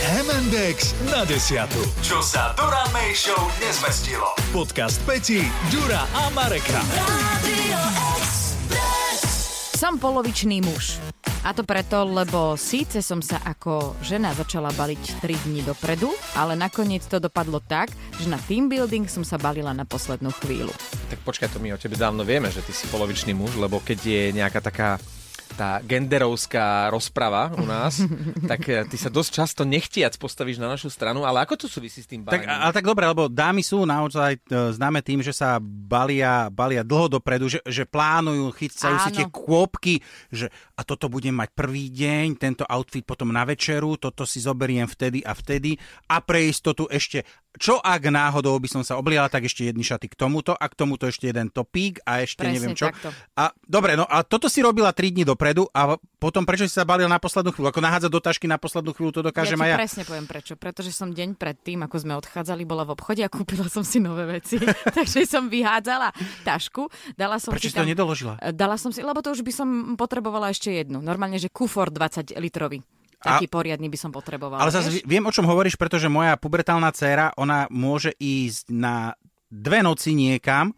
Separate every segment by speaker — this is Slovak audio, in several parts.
Speaker 1: M&X na desiatu. Čo sa Dura May Show nezmestilo. Podcast Peti, Dura a Mareka.
Speaker 2: Som polovičný muž. A to preto, lebo síce som sa ako žena začala baliť 3 dní dopredu, ale nakoniec to dopadlo tak, že na team building som sa balila na poslednú chvíľu.
Speaker 3: Tak počkaj, to my o tebe dávno vieme, že ty si polovičný muž, lebo keď je nejaká taká tá genderovská rozprava u nás, tak e, ty sa dosť často nechtiac postavíš na našu stranu, ale ako to súvisí s tým
Speaker 4: Tak,
Speaker 3: balením?
Speaker 4: ale tak dobre, lebo dámy sú naozaj e, známe tým, že sa balia, balia dlho dopredu, že, že plánujú, chycajú si
Speaker 2: Áno.
Speaker 4: tie kôpky, že a toto budem mať prvý deň, tento outfit potom na večeru, toto si zoberiem vtedy a vtedy a pre istotu ešte, čo ak náhodou by som sa obliala, tak ešte jedny šaty k tomuto a k tomuto ešte jeden topík a ešte
Speaker 2: Presne
Speaker 4: neviem čo.
Speaker 2: takto.
Speaker 4: A dobre, no a toto si robila 3 dní dopredu a potom prečo si sa balil na poslednú chvíľu? Ako nahádzať do tašky na poslednú chvíľu, to dokáže
Speaker 2: ja ti
Speaker 4: Maja.
Speaker 2: presne poviem prečo. Pretože som deň pred tým, ako sme odchádzali, bola v obchode a kúpila som si nové veci. Takže som vyhádzala tašku, dala som
Speaker 4: Prečo
Speaker 2: si
Speaker 4: si to
Speaker 2: tam...
Speaker 4: nedoložila?
Speaker 2: E, Dala som si, lebo to už by som potrebovala ešte jednu. Normálne, že kufor 20 litrový.
Speaker 4: A-
Speaker 2: Taký poriadny by som potrebovala.
Speaker 4: Ale zase
Speaker 2: vieš?
Speaker 4: vi- viem, o čom hovoríš, pretože moja pubertálna dcéra, ona môže ísť na dve noci niekam,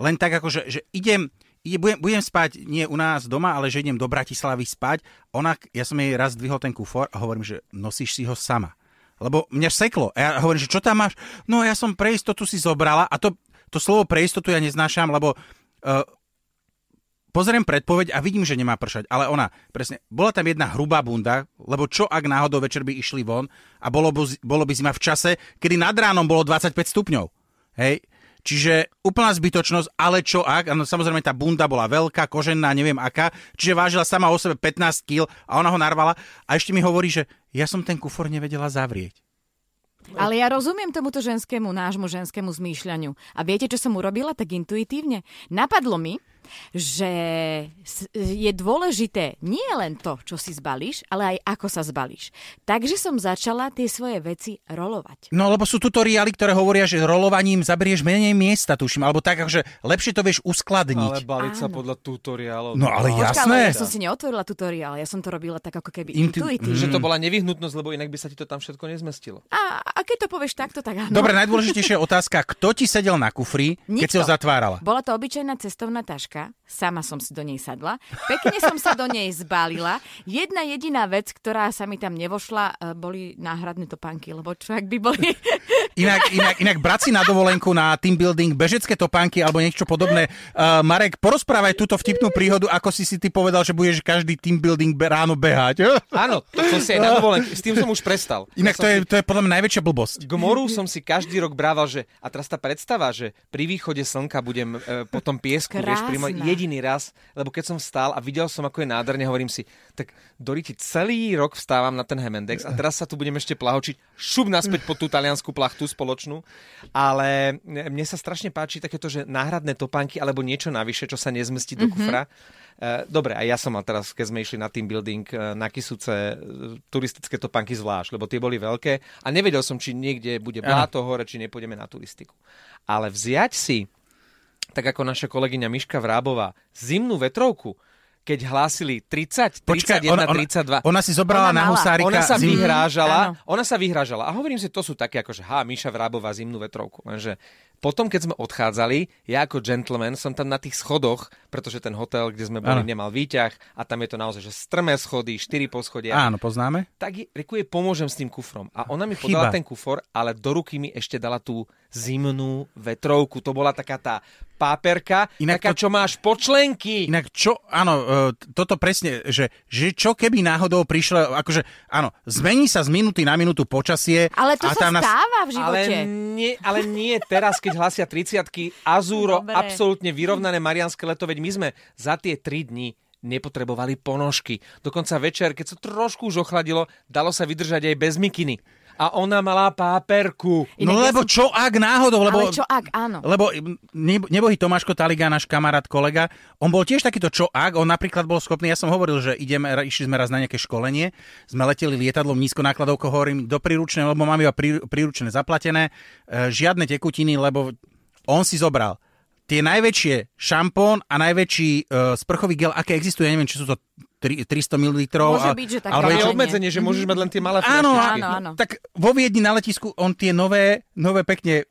Speaker 4: len tak ako, že, že idem, ide, budem, budem spať nie u nás doma, ale že idem do Bratislavy spať. Ona, ja som jej raz dvihol ten kufor a hovorím, že nosíš si ho sama. Lebo mňa seklo. A ja hovorím, že čo tam máš? No ja som pre istotu si zobrala a to, to slovo pre istotu ja neznášam, lebo uh, pozriem predpoveď a vidím, že nemá pršať. Ale ona, presne, bola tam jedna hrubá bunda, lebo čo ak náhodou večer by išli von a bolo, bu- bolo by zima v čase, kedy nad ránom bolo 25 stupňov. Hej, Čiže úplná zbytočnosť, ale čo ak, no samozrejme tá bunda bola veľká, kožená, neviem aká, čiže vážila sama o sebe 15 kg a ona ho narvala a ešte mi hovorí, že ja som ten kufor nevedela zavrieť.
Speaker 2: Ale ja rozumiem tomuto ženskému, nášmu ženskému zmýšľaniu. A viete, čo som urobila tak intuitívne? Napadlo mi, že s- je dôležité nie len to, čo si zbalíš, ale aj ako sa zbalíš. Takže som začala tie svoje veci rolovať.
Speaker 4: No lebo sú tutoriály, ktoré hovoria, že rolovaním zaberieš menej miesta, tuším, alebo tak, že lepšie to vieš uskladniť.
Speaker 3: Ale baliť sa
Speaker 2: Áno.
Speaker 3: podľa tutoriálov.
Speaker 4: No ale
Speaker 3: Počkaj,
Speaker 4: jasné.
Speaker 2: ale ja som si neotvorila tutoriál, ja som to robila tak ako keby
Speaker 4: Intu-
Speaker 2: intuitívne.
Speaker 3: Že to bola nevyhnutnosť, lebo inak by sa ti to tam všetko nezmestilo.
Speaker 2: A, a keď to povieš takto, tak áno.
Speaker 4: Dobre, najdôležitejšia otázka, kto ti sedel na kufri, keď si ho
Speaker 2: Nikto.
Speaker 4: zatvárala?
Speaker 2: Bola to obyčajná cestovná taška, sama som si do nej sadla, pekne som sa do nej zbalila. Jedna jediná vec, ktorá sa mi tam nevošla, e, boli náhradné topánky, lebo čo ak by boli...
Speaker 4: Inak, inak, inak brať si na dovolenku na team building bežecké topánky alebo niečo podobné. Uh, Marek, porozprávaj túto vtipnú príhodu, ako si si ty povedal, že budeš každý team building be- ráno behať.
Speaker 3: Áno, to som si aj na dovolenke, s tým som už prestal. Ja
Speaker 4: Inak to
Speaker 3: som
Speaker 4: je,
Speaker 3: si-
Speaker 4: to je podľa mňa najväčšia blbosť.
Speaker 3: K moru som si každý rok brával, že a teraz tá predstava, že pri východe slnka budem e, po tom piesku, vieš, pri moj,
Speaker 2: Krásna.
Speaker 3: jediný raz, lebo keď som vstal a videl som, ako je nádherne, hovorím si, tak Doriti, celý rok vstávam na ten Hemendex a teraz sa tu budem ešte plahočiť, šup naspäť pod tú taliansku plachtu spoločnú, ale e, mne sa strašne páči takéto, že náhradné topánky alebo niečo navyše, čo sa nezmestí do kufra. E, Dobre, a ja som mal teraz, keď sme išli na team building e, na Kisuce, e, turistické topánky zvlášť, lebo tie boli veľké a nevedel som, či niekde bude bláto hore, či nepôjdeme na turistiku. Ale vziať si tak ako naša kolegyňa Miška Vrábová, zimnú vetrovku, keď hlásili 30, 31,
Speaker 4: Počkaj,
Speaker 3: 32.
Speaker 4: ona, ona, ona si zobrala
Speaker 2: Ona
Speaker 4: na
Speaker 2: mala.
Speaker 4: husárika
Speaker 3: Ona sa
Speaker 4: zimný-
Speaker 3: vyhrážala,
Speaker 2: Áno.
Speaker 3: ona sa vyhrážala. A hovorím si, to sú také ako, že ha, Miša Vrábová zimnú vetrovku. Lenže potom, keď sme odchádzali, ja ako gentleman som tam na tých schodoch, pretože ten hotel, kde sme boli,
Speaker 4: Áno.
Speaker 3: nemal výťah a tam je to naozaj, že strmé schody, štyri poschodia.
Speaker 4: Áno, poznáme.
Speaker 3: Tak jej- reku jej pomôžem s tým kufrom. A ona mi podala
Speaker 4: Chyba.
Speaker 3: ten kufor, ale do ruky mi ešte dala tú zimnú vetrovku. To bola taká tá páperka,
Speaker 4: Inak
Speaker 3: taká,
Speaker 4: to-
Speaker 3: čo máš počlenky.
Speaker 4: Inak čo, áno, e, t- toto presne, že, že čo keby náhodou prišlo, akože, áno, zmení sa z minúty na minútu počasie.
Speaker 2: Ale to
Speaker 4: a
Speaker 2: sa
Speaker 4: tá nás-
Speaker 2: stáva v
Speaker 3: Ale
Speaker 2: živote.
Speaker 3: nie, ale nie teraz, keď hlasia 30 Azúro,
Speaker 2: Dobre.
Speaker 3: absolútne vyrovnané Marianské leto, veď my sme za tie 3 dni nepotrebovali ponožky. Dokonca večer, keď sa trošku už ochladilo, dalo sa vydržať aj bez mikiny. A ona mala páperku.
Speaker 4: No
Speaker 2: Inak ja
Speaker 4: lebo čo ak náhodou, lebo...
Speaker 2: Ale čo ak, no. áno.
Speaker 4: Lebo ne- nebohý Tomáško Taliga, náš kamarát, kolega, on bol tiež takýto čo ak, on napríklad bol schopný, ja som hovoril, že ideme, ra- išli sme raz na nejaké školenie, sme leteli lietadlom nízko nákladovko, hovorím do príručné, lebo mám iba prí- príručné zaplatené, e, žiadne tekutiny, lebo on si zobral tie najväčšie šampón a najväčší e, sprchový gel, aké existuje, ja neviem, či sú to tri- 300 ml.
Speaker 2: Môže byť, že tak
Speaker 3: No, Ale je
Speaker 2: Váženie.
Speaker 3: obmedzenie, že môžeš mať len tie malé
Speaker 4: Áno,
Speaker 3: fľaštičky.
Speaker 2: áno, áno.
Speaker 4: Tak vo Viedni na letisku on tie nové, nové pekne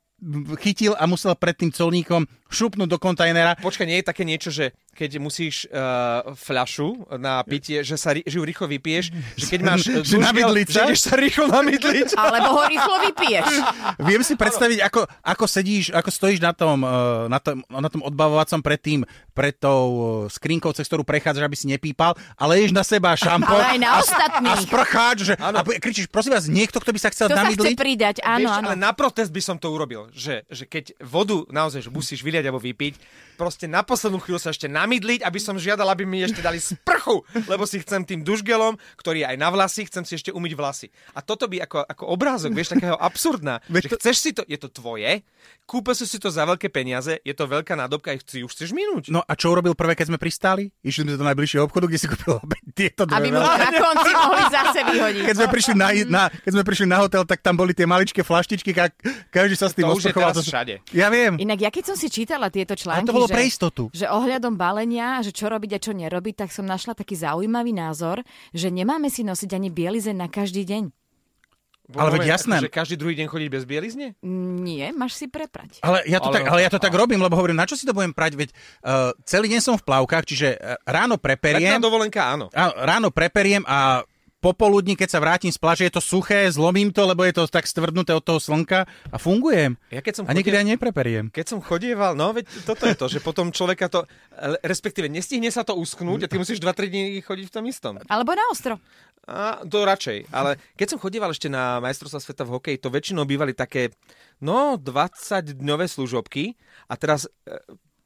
Speaker 4: chytil a musel pred tým colníkom šupnúť do kontajnera.
Speaker 3: Počkaj, nie je také niečo, že keď musíš uh, fľašu na pitie, že, sa, ri- že ju rýchlo vypiješ, že keď máš eh,
Speaker 4: Že Hm, na
Speaker 3: dlhý-
Speaker 4: mydlice?
Speaker 3: že ideš sa rýchlo namydliť.
Speaker 2: Alebo ho rýchlo vypiješ.
Speaker 4: Viem si predstaviť, ako, ako sedíš, ako stojíš na tom, eh, na tom, na tom odbavovacom pred tým, pred tou eh, skrinkou, cez ktorú prechádzaš, aby si nepípal a leješ na seba šampón
Speaker 2: Ale aj na
Speaker 4: a, a
Speaker 2: ostatných.
Speaker 4: sprcháč, že, a p- kričíš, prosím vás, niekto, kto by sa chcel
Speaker 2: To sa chce
Speaker 4: namydliť?
Speaker 2: pridať, áno,
Speaker 3: Vieš,
Speaker 2: áno.
Speaker 3: ale na protest by som to urobil, že, že keď vodu naozaj že musíš vyliať alebo vypiť, proste na poslednú chvíľu sa ešte namydliť, aby som žiadal, aby mi ešte dali sprchu, lebo si chcem tým dužgelom, ktorý je aj na vlasy, chcem si ešte umyť vlasy. A toto by ako, ako obrázok, vieš, takého absurdná,
Speaker 4: Veď
Speaker 3: že
Speaker 4: to-
Speaker 3: chceš si to, je to tvoje, kúpil si si to za veľké peniaze, je to veľká nádobka, ich si ju chceš minúť.
Speaker 4: No a čo urobil prvé, keď sme pristáli? Išli sme do najbližšieho obchodu, kde si kúpil opäť tieto dve
Speaker 2: Aby mu
Speaker 4: veľké-
Speaker 2: na konci mohli zase vyhodiť.
Speaker 4: keď sme, prišli na, na, keď sme prišli na hotel, tak tam boli tie maličké flaštičky, ka, každý sa s tým
Speaker 3: To už je
Speaker 4: osprchoval.
Speaker 3: teraz
Speaker 4: To-
Speaker 3: všade.
Speaker 4: Ja viem.
Speaker 2: Inak ja keď som si čítala tieto články,
Speaker 4: Ale to bolo
Speaker 2: že,
Speaker 4: pre istotu.
Speaker 2: že ohľadom balenia, že čo robiť a čo nerobiť, tak som našla taký zaujímavý názor, že nemáme si nosiť ani bielizeň na každý deň.
Speaker 4: Ale veď
Speaker 3: Moment,
Speaker 4: jasné.
Speaker 3: Že každý druhý deň chodiť bez bielizne?
Speaker 2: Nie, máš si preprať.
Speaker 4: Ale ja to,
Speaker 3: Ale-
Speaker 4: tak, ale ja to tak robím, lebo hovorím, na čo si to budem prať, veď uh, celý deň som v plavkách, čiže eh, ráno
Speaker 3: Letná
Speaker 4: preperiem,
Speaker 3: dovolenka, áno.
Speaker 4: áno, ráno preperiem a popoludní, keď sa vrátim z pláže, je to suché, zlomím to, lebo je to tak stvrdnuté od toho slnka a fungujem.
Speaker 3: Ja keď som
Speaker 4: a niekedy
Speaker 3: chodil-
Speaker 4: aj nepreperiem.
Speaker 3: Keď som chodieval, no veď toto je to, že potom človeka to, le- respektíve nestihne sa to usknúť a ty musíš 2-3 dní chodiť v tom istom.
Speaker 2: Alebo na ostro.
Speaker 3: A to radšej, ale keď som chodieval ešte na majstrovstvá sveta v hokeji, to väčšinou bývali také, no, 20-dňové služobky a teraz e,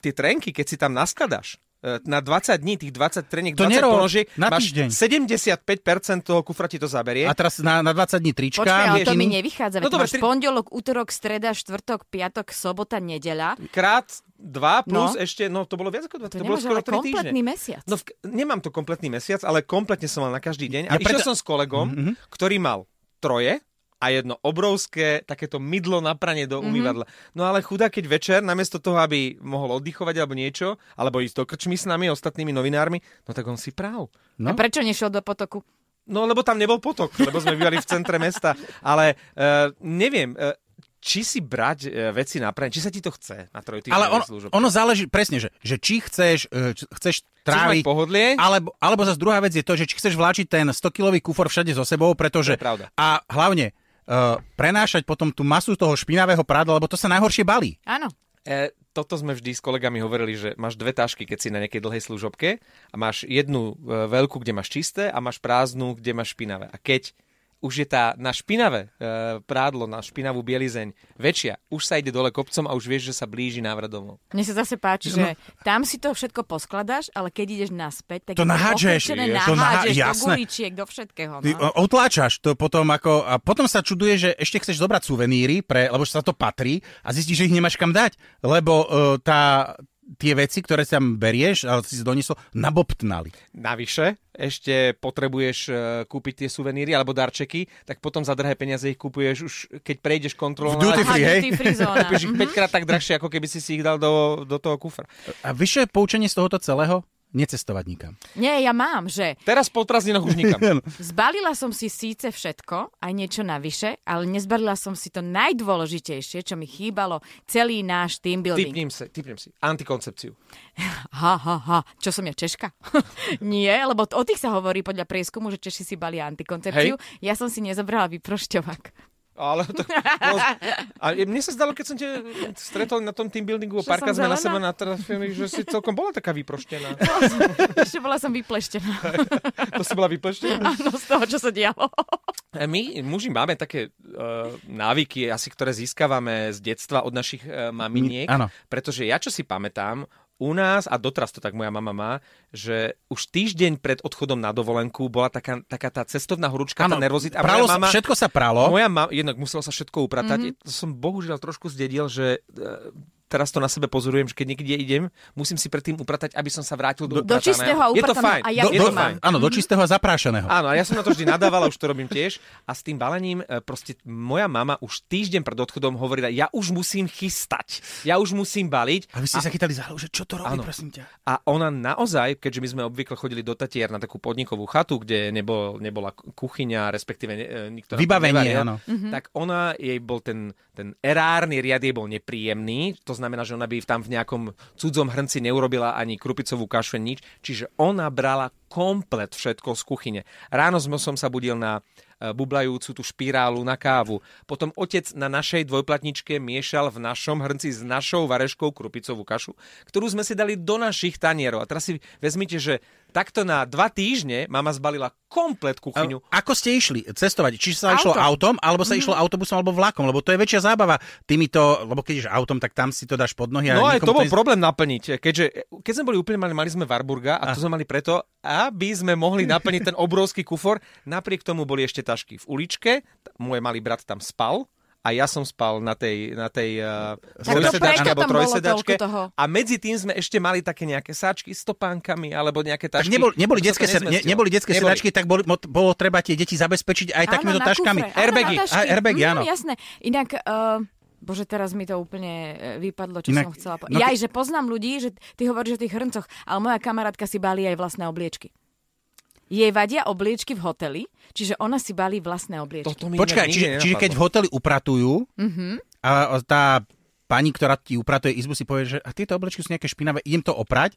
Speaker 3: tie trenky, keď si tam naskladaš, e, na 20 dní, tých 20 treniek, 20
Speaker 4: To nerob,
Speaker 3: ponožiek,
Speaker 4: na
Speaker 3: máš
Speaker 4: týždeň.
Speaker 3: 75% toho kufra ti to zaberie.
Speaker 4: A teraz na, na 20 dní trička.
Speaker 2: Počkaj, ale to
Speaker 4: vieš,
Speaker 2: mi
Speaker 4: iný-
Speaker 2: nevychádza. No,
Speaker 3: No dobre,
Speaker 2: máš
Speaker 3: tri-
Speaker 2: pondelok, útorok, streda, štvrtok, piatok, sobota, nedeľa.
Speaker 3: krát 2 plus
Speaker 2: No.
Speaker 3: ešte, no to bolo viac ako 2, to,
Speaker 2: To,
Speaker 3: bolo
Speaker 2: nemáš
Speaker 3: skoro
Speaker 2: ale
Speaker 3: 3 týždne.
Speaker 2: kompletný mesiac.
Speaker 3: No, v, nemám to kompletný mesiac, ale kompletne som mal na každý deň. A
Speaker 4: Ja
Speaker 3: ja išiel
Speaker 4: preto- Mhm,
Speaker 3: som s kolegom, mm-hmm. ktorý mal troje a jedno obrovské takéto mydlo na pranie
Speaker 4: Mhm.
Speaker 3: do umývadla. Mm-hmm. No ale chudá, keď večer, namiesto toho, aby mohol oddychovať alebo niečo, alebo ísť do krčmy s nami, ostatnými novinármi, no tak on si práv.
Speaker 4: No.
Speaker 2: A prečo nešiel do potoku?
Speaker 3: No lebo tam nebol potok, lebo sme bývali v centre mesta. Ale uh, neviem, uh, či si brať uh, veci na pranie, či sa ti to chce na trojtýždňovej
Speaker 4: Ale on,
Speaker 3: služobke.
Speaker 4: ono záleží presne, že, že či chceš, eh, č- chceš
Speaker 3: mať
Speaker 4: tráviť...
Speaker 3: pohodlie?
Speaker 4: Alebo, alebo zase druhá vec je to, že či chceš vláčiť ten 100-kilový kufor všade so sebou, pretože...
Speaker 3: To je pravda.
Speaker 4: A hlavne eh, prenášať potom tú masu toho špinavého prádla, lebo to sa najhoršie balí.
Speaker 2: Áno.
Speaker 3: E, toto sme vždy s kolegami hovorili, že máš dve tašky, keď si na nejakej dlhej služobke a máš jednu e, veľkú, kde máš čisté a máš prázdnu, kde máš špinavé. A keď už je tá na špinavé e, prádlo, na špinavú bielizeň väčšia, už sa ide dole kopcom a už vieš, že sa blíži návrat domov.
Speaker 2: Mne sa zase páči,
Speaker 4: No.
Speaker 2: že tam si to všetko poskladáš, ale keď ideš naspäť, tak je
Speaker 4: To nahádžeš,
Speaker 2: okrčené,
Speaker 4: je, to nahá-
Speaker 2: nahádžeš do
Speaker 4: jasné.
Speaker 2: guličiek, do všetkého.
Speaker 4: Ty
Speaker 2: No.
Speaker 4: o- otláčaš to potom ako... A potom sa čuduje, že ešte chceš zobrať suveníry, pre, lebo sa to patrí a zistíš, že ich nemáš kam dať, lebo eh, tá, tie veci, ktoré si tam berieš, ale si si doniesol, nabobtnali.
Speaker 3: Navyše, ešte potrebuješ e, kúpiť tie suveníry alebo darčeky, tak potom za drahé peniaze ich kupuješ už, keď prejdeš kontrolu.
Speaker 4: V duty
Speaker 2: Aha,
Speaker 4: free, hej?
Speaker 2: duty free zóna.
Speaker 3: Kúpiš ich 5 krát tak drahšie, ako keby si si ich dal do, do toho kufra.
Speaker 4: A vyššie poučenie z tohoto celého? Necestovať nikam.
Speaker 2: Nie, ja mám, že
Speaker 3: Teraz po prázdninách už nikam.
Speaker 2: zbalila som si síce všetko, aj niečo navyše, ale nezbalila som si to najdôležitejšie, čo mi chýbalo, celý náš team building.
Speaker 3: Typnem si, typnem si. Antikoncepciu.
Speaker 2: Ha, ha, ha. Čo som ja, Češka? Nie, lebo t- o tých sa hovorí podľa prieskumu, že Češi si balia antikoncepciu. Hej. Ja som si nezobrala vyprošťovák.
Speaker 3: Ale to... No, a mne sa zdalo, keď som te stretol na tom team buildingu,
Speaker 2: Že
Speaker 3: párkrát
Speaker 2: som
Speaker 3: sme na
Speaker 2: zelená?
Speaker 3: seba natrafili, že si celkom bola taká vyproštená.
Speaker 2: Ešte bola som vypleštená.
Speaker 3: To si bola vyproštená?
Speaker 2: Áno, z toho, čo sa dialo.
Speaker 3: E, My, muži, máme také uh, návyky, asi ktoré získavame z detstva od našich uh, maminiek.
Speaker 4: Mm, áno.
Speaker 3: Pretože ja, čo si pamätám, u nás, a doteraz to tak moja mama má, že už týždeň pred odchodom na dovolenku bola taká, taká tá cestovná horúčka, tá nervozita. A
Speaker 4: pralo
Speaker 3: moja mama,
Speaker 4: sa, všetko sa pralo.
Speaker 2: Mhm.
Speaker 3: Moja mama, jednak musela sa všetko upratať, mm-hmm. som bohužiaľ trošku zdedil, že e, teraz to na sebe pozorujem, že keď niekde idem, musím si predtým upratať, aby som sa vrátil
Speaker 2: Do-
Speaker 3: do,
Speaker 2: do
Speaker 3: uprataného.
Speaker 2: čistého a
Speaker 3: Je to
Speaker 2: uprataného.
Speaker 3: fajn.
Speaker 2: A ja
Speaker 3: je
Speaker 2: to
Speaker 3: to
Speaker 2: mám.
Speaker 3: fajn. Mhm.
Speaker 4: Áno, do čistého a zaprášeného.
Speaker 3: Áno, a ja som na to vždy nadával, už to robím tiež. A s tým balením, e, proste moja mama už týždeň pred odchodom hovorila, ja už musím chystať, ja už musím baliť.
Speaker 4: A vy ste sa chytali za hlavu, že čo to robí,
Speaker 3: Áno.
Speaker 4: prosím ťa.
Speaker 3: A ona naozaj, keďže my sme obvykle chodili do Tatier na takú podnikovú chatu, kde nebol, nebola kuchyňa, respektíve ne, e, nikto nám
Speaker 4: Vybavenie,
Speaker 3: nevaril,
Speaker 4: áno.
Speaker 3: Tak ona, jej bol ten, ten erárny riad, jej bol nepríjemný, to znamená, že ona by tam v nejakom cudzom hrnci neurobila ani krupicovú kašu, ani nič. Čiže ona brala komplet všetko z kuchyne. Ráno sme- som sa budil na e, bublajúcu tú špirálu na kávu. Potom otec na našej dvojplatničke miešal v našom hrnci s našou vareškou krupicovú kašu, ktorú sme si dali do našich tanierov. A teraz si vezmite, že takto na dva týždne mama zbalila komplet kuchyňu.
Speaker 4: A- Ako ste išli cestovať? Či sa
Speaker 2: Autom.
Speaker 4: išlo autom, alebo
Speaker 3: Mhm.
Speaker 4: sa išlo autobusom, alebo vlakom? Lebo to je väčšia zábava týmito, lebo keď ideš autom, tak tam si to dáš pod nohy. a
Speaker 3: No aj
Speaker 4: nikomu
Speaker 3: to bol
Speaker 4: ne-
Speaker 3: problém naplniť, keďže keď sme boli úplne mali, mali sme Warburga a
Speaker 4: Ah.
Speaker 3: to sme mali preto, aby sme mohli naplniť ten obrovský kufor. Napriek tomu boli ešte tašky v uličke, t- môj malý brat tam spal a ja som spal na tej, na tej uh,
Speaker 2: Tak to preto tam bolo toľko toho.
Speaker 3: a medzi tým sme ešte mali také nejaké sáčky s topánkami alebo nejaké
Speaker 4: Tak
Speaker 3: tašky.
Speaker 4: nebol, neboli,
Speaker 3: To sa
Speaker 4: detské,
Speaker 3: to
Speaker 4: sed, ne,
Speaker 3: nezmestilo.
Speaker 4: neboli detské sedačky, tak boli, mo- bolo treba tie deti zabezpečiť aj takýmito
Speaker 2: na
Speaker 4: taškami.
Speaker 2: kufre. Áno, na
Speaker 3: Airbagy.
Speaker 2: tašky. Mm,
Speaker 4: A,
Speaker 3: Mm,
Speaker 4: airbagy, áno.
Speaker 2: jasné. Inak, uh, bože, teraz mi to úplne eh, vypadlo, čo
Speaker 4: Inak-
Speaker 2: som chcela povedať.
Speaker 4: no
Speaker 2: No,
Speaker 4: ke-
Speaker 2: Jaj, že poznám ľudí, že ty hovoríš o tých hrncoch, ale moja kamarátka si balí aj vlastné obliečky. Jej vadia obliečky v hoteli, čiže ona si balí vlastné obliečky.
Speaker 3: Toto mi inak
Speaker 4: Počkaj, čiže,
Speaker 3: nikdy
Speaker 4: čiže keď v
Speaker 3: nenapadlo. Mhm.
Speaker 4: hoteli upratujú a tá pani, ktorá ti upratuje izbu, si povie, že a tieto oblečky sú nejaké špinavé, idem to oprať,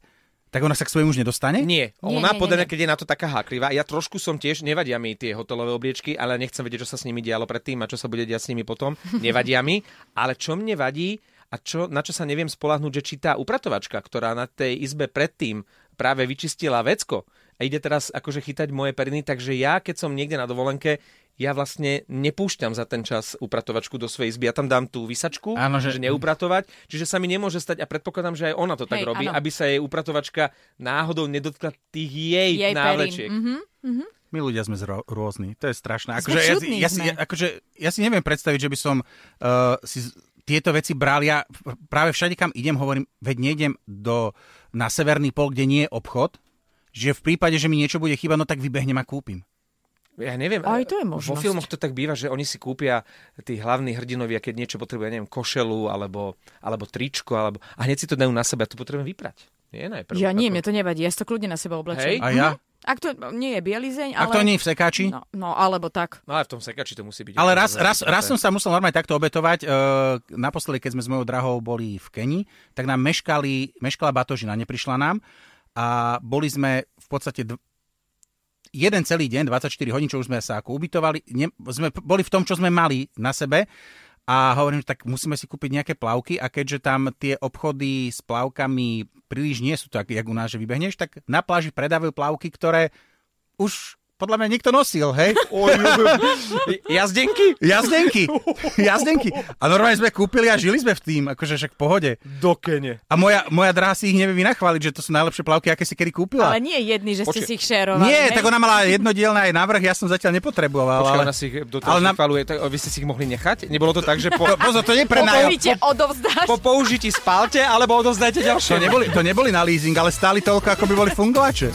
Speaker 4: tak ona sa k svojmu už nedostane?
Speaker 2: Nie,
Speaker 3: Nie, ona
Speaker 2: nie,
Speaker 3: podané,
Speaker 2: nie, nie.
Speaker 3: keď je na to taká háklivá. Ja trošku som tiež, nevadia mi tie hotelové obliečky, ale nechcem vedieť, čo sa s nimi dialo predtým a čo sa bude diať s nimi potom. Nevadia mi, ale čo mne vadí a čo, na čo sa neviem spolahnúť, že či tá upratovačka, ktorá na tej izbe predtým práve vyčistila vecko a ide teraz akože chytať moje periny, takže ja, keď som niekde na dovolenke, ja vlastne nepúšťam za ten čas upratovačku do svojej izby. Ja tam dám tú vysačku,
Speaker 4: Áno, že-
Speaker 3: že neupratovať, čiže sa mi nemôže stať a predpokladám, že aj ona to
Speaker 2: Hej,
Speaker 3: tak robí,
Speaker 2: áno.
Speaker 3: aby sa jej upratovačka náhodou nedotkla tých jej,
Speaker 2: Jej
Speaker 3: jej návlečiek.
Speaker 2: perín. Mhm.
Speaker 4: My ľudia sme zro- rôzni, to je
Speaker 2: Sme
Speaker 4: strašné. Akože ja, si-
Speaker 2: čudní
Speaker 4: ja, si,
Speaker 2: sme.
Speaker 4: ja, akože, ja si neviem predstaviť, že by som uh, si z- tieto veci bral. Ja pr- práve všade, kam idem, hovorím, veď nejdem do, na severný pol, kde nie je obchod, že v prípade, že mi niečo bude chýba, no tak vybehnem a kúpim.
Speaker 3: Ja neviem,
Speaker 2: Aj to je
Speaker 3: vo
Speaker 2: možnosť.
Speaker 3: filmoch to tak býva, že oni si kúpia tí hlavní hrdinovia, keď niečo potrebujú, ja neviem, košelu alebo, alebo tričko, alebo, a hneď si to dajú na sebe a to potrebujem vyprať. Nie, najprv.
Speaker 2: Ja nie,
Speaker 3: Ako-
Speaker 2: mne to nevadí, ja si to kľudne na seba oblečím.
Speaker 3: Hej.
Speaker 4: A ja?
Speaker 2: Ak to nie je bielizeň, ale...
Speaker 4: Ale... Ak to nie je v sekáči?
Speaker 2: No, no, alebo tak.
Speaker 3: No ale v tom sekači to musí byť.
Speaker 4: Ale
Speaker 3: úplne
Speaker 4: raz,
Speaker 3: zaujímavé.
Speaker 4: raz, raz som sa musel normálne takto obetovať. E, naposledy, keď sme s mojou drahou boli v Keni, tak nám meškali, meškala batožina, neprišla nám. A boli sme v podstate dv- jeden celý deň, 24 hodín, čo už sme sa ako ubytovali. Ne, sme p- boli v tom, čo sme mali na sebe. A hovorím, že tak musíme si kúpiť nejaké plavky a keďže tam tie obchody s plavkami príliš nie sú tak, jak u nás, že vybehneš, tak na pláži predávajú plavky, ktoré už podľa mňa niekto nosil, hej?
Speaker 3: Jazdenky?
Speaker 4: Jazdenky, jazdenky. A normálne sme kúpili a žili sme v tým, akože však v pohode.
Speaker 3: Do kene.
Speaker 4: A moja, moja drahá si ich nevie vynachváliť, že to sú najlepšie plavky, aké si kedy kúpila.
Speaker 2: Ale nie jedný, že ste
Speaker 3: Počkej.
Speaker 2: si ich šérovali.
Speaker 4: Nie,
Speaker 2: hej?
Speaker 4: tak ona mala jednodielne aj návrh, ja som zatiaľ nepotreboval.
Speaker 3: Počkaj,
Speaker 4: ale...
Speaker 3: ona si ich do toho
Speaker 4: ale na-
Speaker 3: chvaluje, tak, o, vy ste si ich mohli nechať? Nebolo to tak, že po,
Speaker 4: To, pozor, to nie pre nájom.
Speaker 2: Obojíte, odovzdáš.
Speaker 3: po použití spálte, alebo odovzdajte
Speaker 4: To
Speaker 3: ďalšie?
Speaker 4: neboli, to neboli na leasing, ale stáli toľko, ako by boli fungovače.